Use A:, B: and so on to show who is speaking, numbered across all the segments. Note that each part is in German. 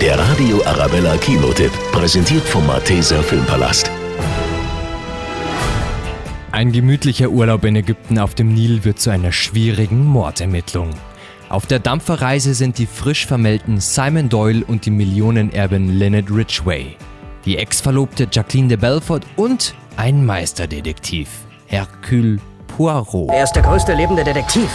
A: Der Radio Arabella Kinotipp, präsentiert vom Malteser Filmpalast.
B: Ein gemütlicher Urlaub in Ägypten auf dem Nil wird zu einer schwierigen Mordermittlung. Auf der Dampferreise sind die frisch vermählten Simon Doyle und die Millionenerbin Lynette Ridgway, die Ex-Verlobte Jacqueline de Belfort und ein Meisterdetektiv, Hercule Poirot.
C: Er ist der größte lebende Detektiv.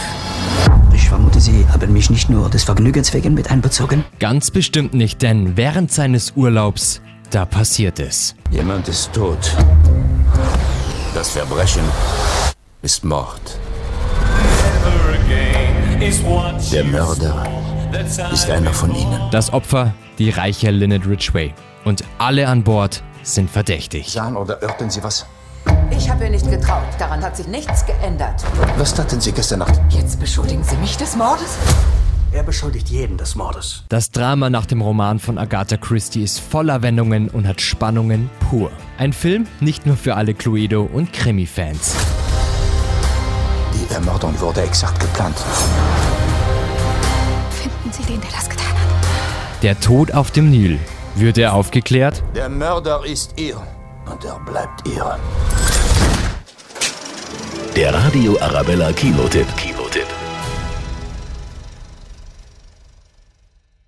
D: Ich vermute, Sie haben mich nicht nur des Vergnügens wegen mit einbezogen.
B: Ganz bestimmt nicht, denn während seines Urlaubs, da passiert es.
E: Jemand ist tot. Das Verbrechen ist Mord. Der Mörder ist einer von ihnen.
B: Das Opfer, die reiche Lynette Ridgway. Und alle an Bord sind verdächtig.
E: Sahen oder irrten Sie was?
F: Ich habe ihr nicht getraut. Daran hat sich nichts geändert.
E: Was taten Sie gestern Nacht?
F: Jetzt beschuldigen Sie mich des Mordes?
C: Er beschuldigt jeden des Mordes.
B: Das Drama nach dem Roman von Agatha Christie ist voller Wendungen und hat Spannungen pur. Ein Film nicht nur für alle Cluedo- und Krimi-Fans.
E: Die Ermordung wurde exakt geplant.
G: Finden Sie den, der das getan hat.
B: Der Tod auf dem Nil. Wird er aufgeklärt?
E: Der Mörder ist ihr. Und er bleibt ihr.
A: Der Radio Arabella Kinotipp. Kinotipp.